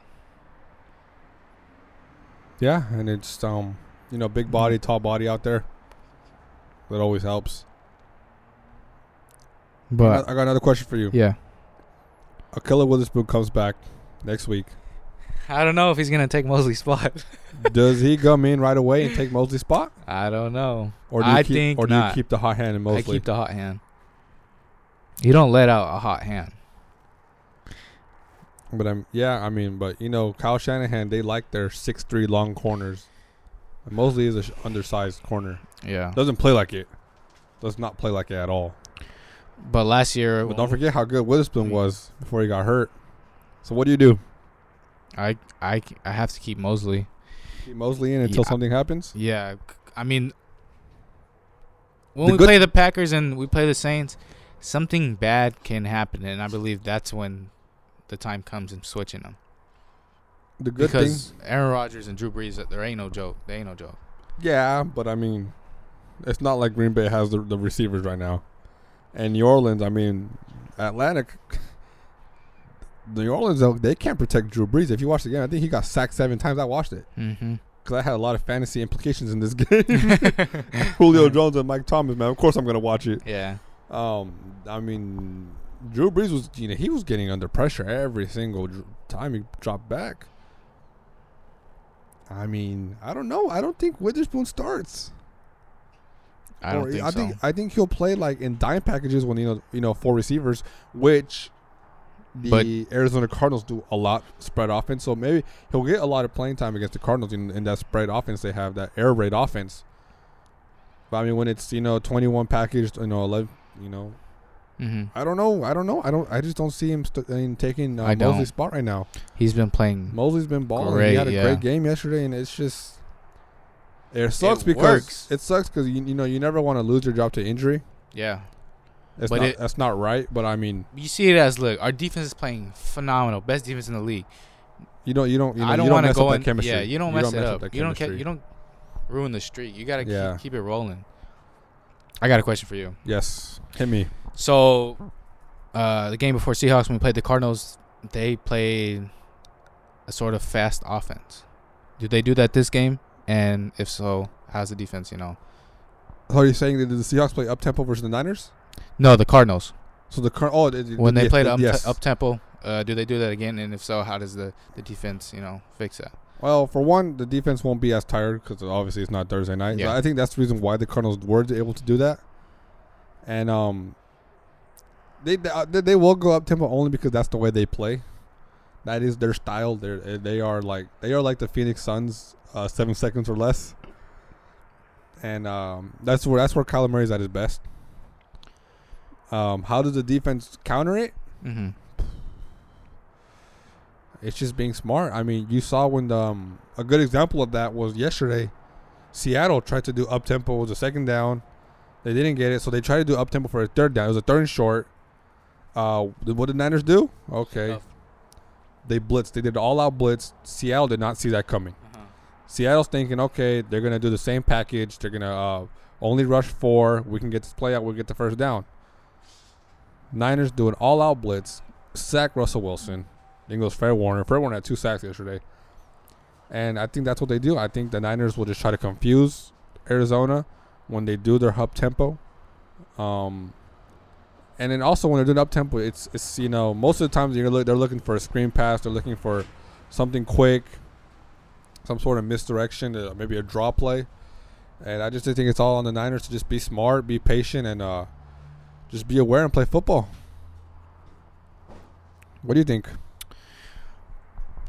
Yeah, and it's um, you know, big body, tall body out there. That always helps.
But
I, I got another question for you.
yeah,
Akilla Witherspoon comes back next week.
I don't know if he's gonna take Mosley's spot.
Does he come in right away and take Mosley's spot,
I don't know.
or do you
I
keep,
think
or do
not.
you keep the hot hand in
I
Mosley?
keep the hot hand. You don't let out a hot hand.
But I'm yeah, I mean, but you know, Kyle Shanahan, they like their six three long corners. And Mosley is a sh- undersized corner.
Yeah.
Doesn't play like it. Does not play like it at all.
But last year,
But don't forget how good
Mm.
Witherspoon was before he got hurt. So what do you do?
I I I have to keep Mosley.
Keep Mosley in until
Yeah.
something happens.
Yeah, c- I mean, when
The
we
good-
play the Packers and we play the Saints, something bad can happen, and I believe that's when the time comes in switching them.
The good thing,
because Aaron Rodgers and Drew Brees, uh, there ain't no joke. They ain't no joke.
yeah, but I mean, it's not like Green Bay has the, the receivers right now, and New Orleans. I mean, Atlantic. New Orleans, though, they can't protect Drew Brees. If you watch the game, I think he got sacked seven times. I watched it.
Mm-hmm.
because I had a lot of fantasy implications in this game. Julio Jones and Mike Thomas, man. Of course, I'm gonna watch it.
yeah,
Um, I mean, Drew Brees was, you know, he was getting under pressure every single dr- time he dropped back. I mean, I don't know. I don't think Witherspoon starts.
I don't
Or,
think
I
so.
think I think he'll play like in dime packages when you know you know four receivers, which the
But-
Arizona Cardinals do a lot spread offense. So maybe he'll get a lot of playing time against the Cardinals in, in that spread offense they have that air raid offense. But I mean, when it's you know twenty one package, you know eleven, you know
mm-hmm.
I don't know, I don't know, I don't, I just don't see him st- in taking uh,
I don't.
Mosley's spot right now.
He's been playing.
Mosley's been balling. he
Great,
had a
yeah.
great game yesterday, and it's just it sucks because
works.
it sucks because you, you know you never want to lose your job to injury.
Yeah,
That's
But
not
it-
that's not right. But I mean,
you see it as look. Our defense is playing phenomenal, best defense in the league.
you don't you don't you, know,
I don't
you don't
want to
mess up
go
that
in.
chemistry.
Yeah, you don't mess it up.
that
you don't. Ca-
chemistry.
you don't ruin the streak. You gotta
Yeah.
keep, keep it rolling. I got a question for you.
Yes, hit me.
So, uh, the game before Seahawks, when we played the Cardinals, they played a sort of fast offense. Do they do that this game? And if so, how's the defense? You know,
So are you saying that the Seahawks play up tempo versus the Niners?
no, the Cardinals
So the current oh it- it-
when they
yes,
played
it-
up
yes.
up tempo. Uh, do they do that again? And if so, how does the, the defense, you know, fix that?
Well, for one, the defense won't be as tired because obviously it's not Thursday night.
Yeah.
I think that's the reason why the Cardinals were able to do that. And um, they they, uh, they- they will go up tempo only because that's the way they play. That is their style. They are they are like they are like the Phoenix Suns, uh, seven seconds or less. And um, that's where that's where Kyler Murray's at his best. Um, how does the defense counter it?
Mm-hmm.
It's just being smart. I mean, you saw when the, um, a good example of that was yesterday. Seattle tried to do up tempo was a second down. They didn't get it, so they tried to do up tempo for a third down. It was a third and short. Uh, th- what did Niners do? Okay, they blitzed. They did all out blitz. Seattle did not see that coming. Seattle's thinking, okay, they're gonna do the same package. They're gonna uh, only rush four. We can get this play out. We'll get the first down. Niners do an all-out blitz, sack Russell Wilson. Then goes Fred Warner. Fred Warner had two sacks yesterday, and I think that's what they do. I think the Niners will just try to confuse Arizona when they do their hub tempo. Um, and then also when they're doing up tempo, it's it's you know most of the times you're look, they're looking for a screen pass, they're looking for something quick, some sort of misdirection, uh, maybe a draw play. And I just think it's all on the Niners to just be smart, be patient, and uh, just be aware and play football. What do you think?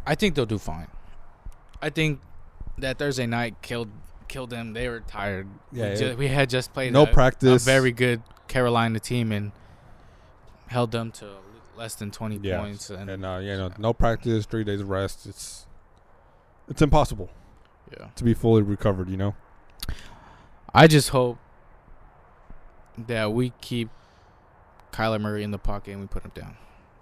I think they'll do fine. I think that Thursday night killed killed them. They were tired.
Yeah,
we,
it-
ju- we had just played
No
a-
practice.
A very good Carolina team and held them to less than twenty points. And
and uh, you know, no practice, three days rest. It's it's impossible
yeah,
to be fully recovered. You know.
I just hope that we keep Kyler Murray in the pocket and we put him down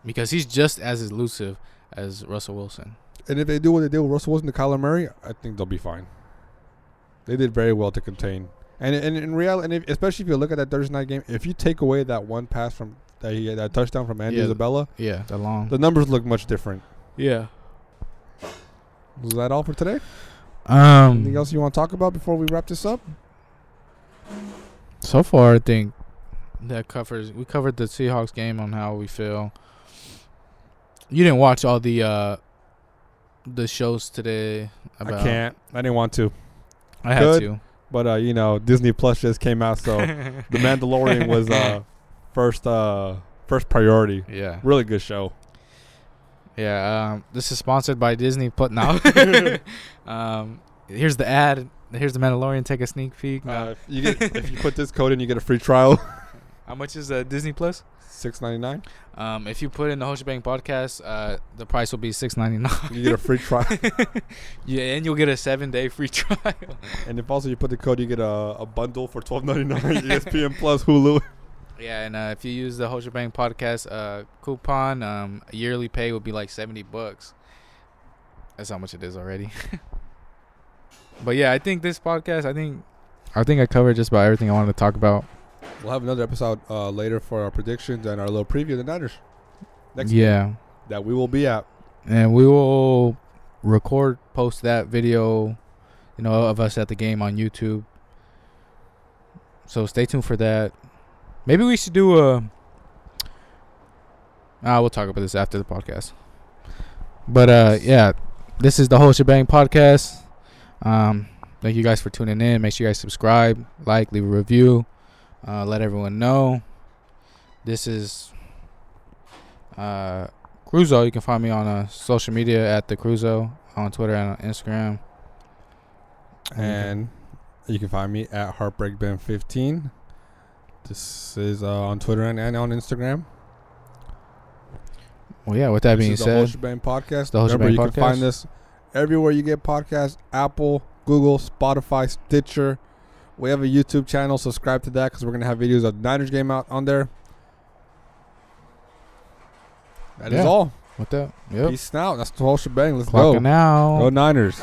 because he's just as elusive as Russell Wilson.
And if they do what they did with Russell Wilson to Kyler Murray, I think they'll be fine. They did very well to contain. And and in reality, and if, especially if you look at that Thursday night game, if you take away that one pass from that he, that touchdown from Andy
Yeah.
Isabella,
Yeah, the long.
the numbers look much different.
yeah.
Was that all for today?
Um.
Anything else you want to talk about before we wrap this up?
So far, I think that covers. We covered the Seahawks game on how we feel. You didn't watch all the uh the shows today. About,
I can't. I didn't want to.
I had
Good.
to.
But uh, you know, Disney Plus just came out, so The Mandalorian was uh, first uh, first priority.
yeah.
Really good show.
Yeah. Um, this is sponsored by Disney. Put now. um, here's the ad. Here's the Mandalorian. Take a sneak peek. No.
Uh, if, you get, if you put this code in, you get a free trial.
how much is uh, Disney Plus?
Six ninety nine.
Um, if you put in the whole shebang podcast, uh, the price will be six ninety nine.
You get a free trial.
yeah, and you'll get a seven day free trial.
And if also you put the code, you get a, a bundle for twelve E ninety nine ESPN plus Hulu.
Yeah, and uh, if you use the Hosher Bank podcast uh, coupon, um, yearly pay would be like seventy bucks. That's how much it is already. but yeah, I think this podcast, I think, I think I covered just about everything I wanted to talk about.
We'll have another episode uh, later for our predictions and our little preview of the Niners Next-
yeah,
that we will be at.
and we will record, post that video, you know, of us at the game on YouTube. So stay tuned for that. Maybe we should do a. Ah, we'll talk about this after the podcast. But uh, yeah, this is the whole shebang podcast. Um, thank you guys for tuning in. Make sure you guys subscribe, like, leave a review, uh, let everyone know. This is uh. Cruzo. You can find me on uh, social media at the Cruzo on Twitter and on Instagram.
And you can find me at HeartbreakBen15. This is uh, on Twitter and, and on Instagram.
well, yeah. With that
This
being
is the whole
said,
shebang podcast.
The Whole
Remember,
Shebang
you can find
Podcast.
this everywhere you get podcasts: Apple, Google, Spotify, Stitcher. We have a YouTube channel. Subscribe to that because we're gonna have videos of the Niners game out on there. That is
Yeah.
all.
with that, yep.
Peace out. That's the whole shebang. Let's
Clocking
go.
out.
Go Niners.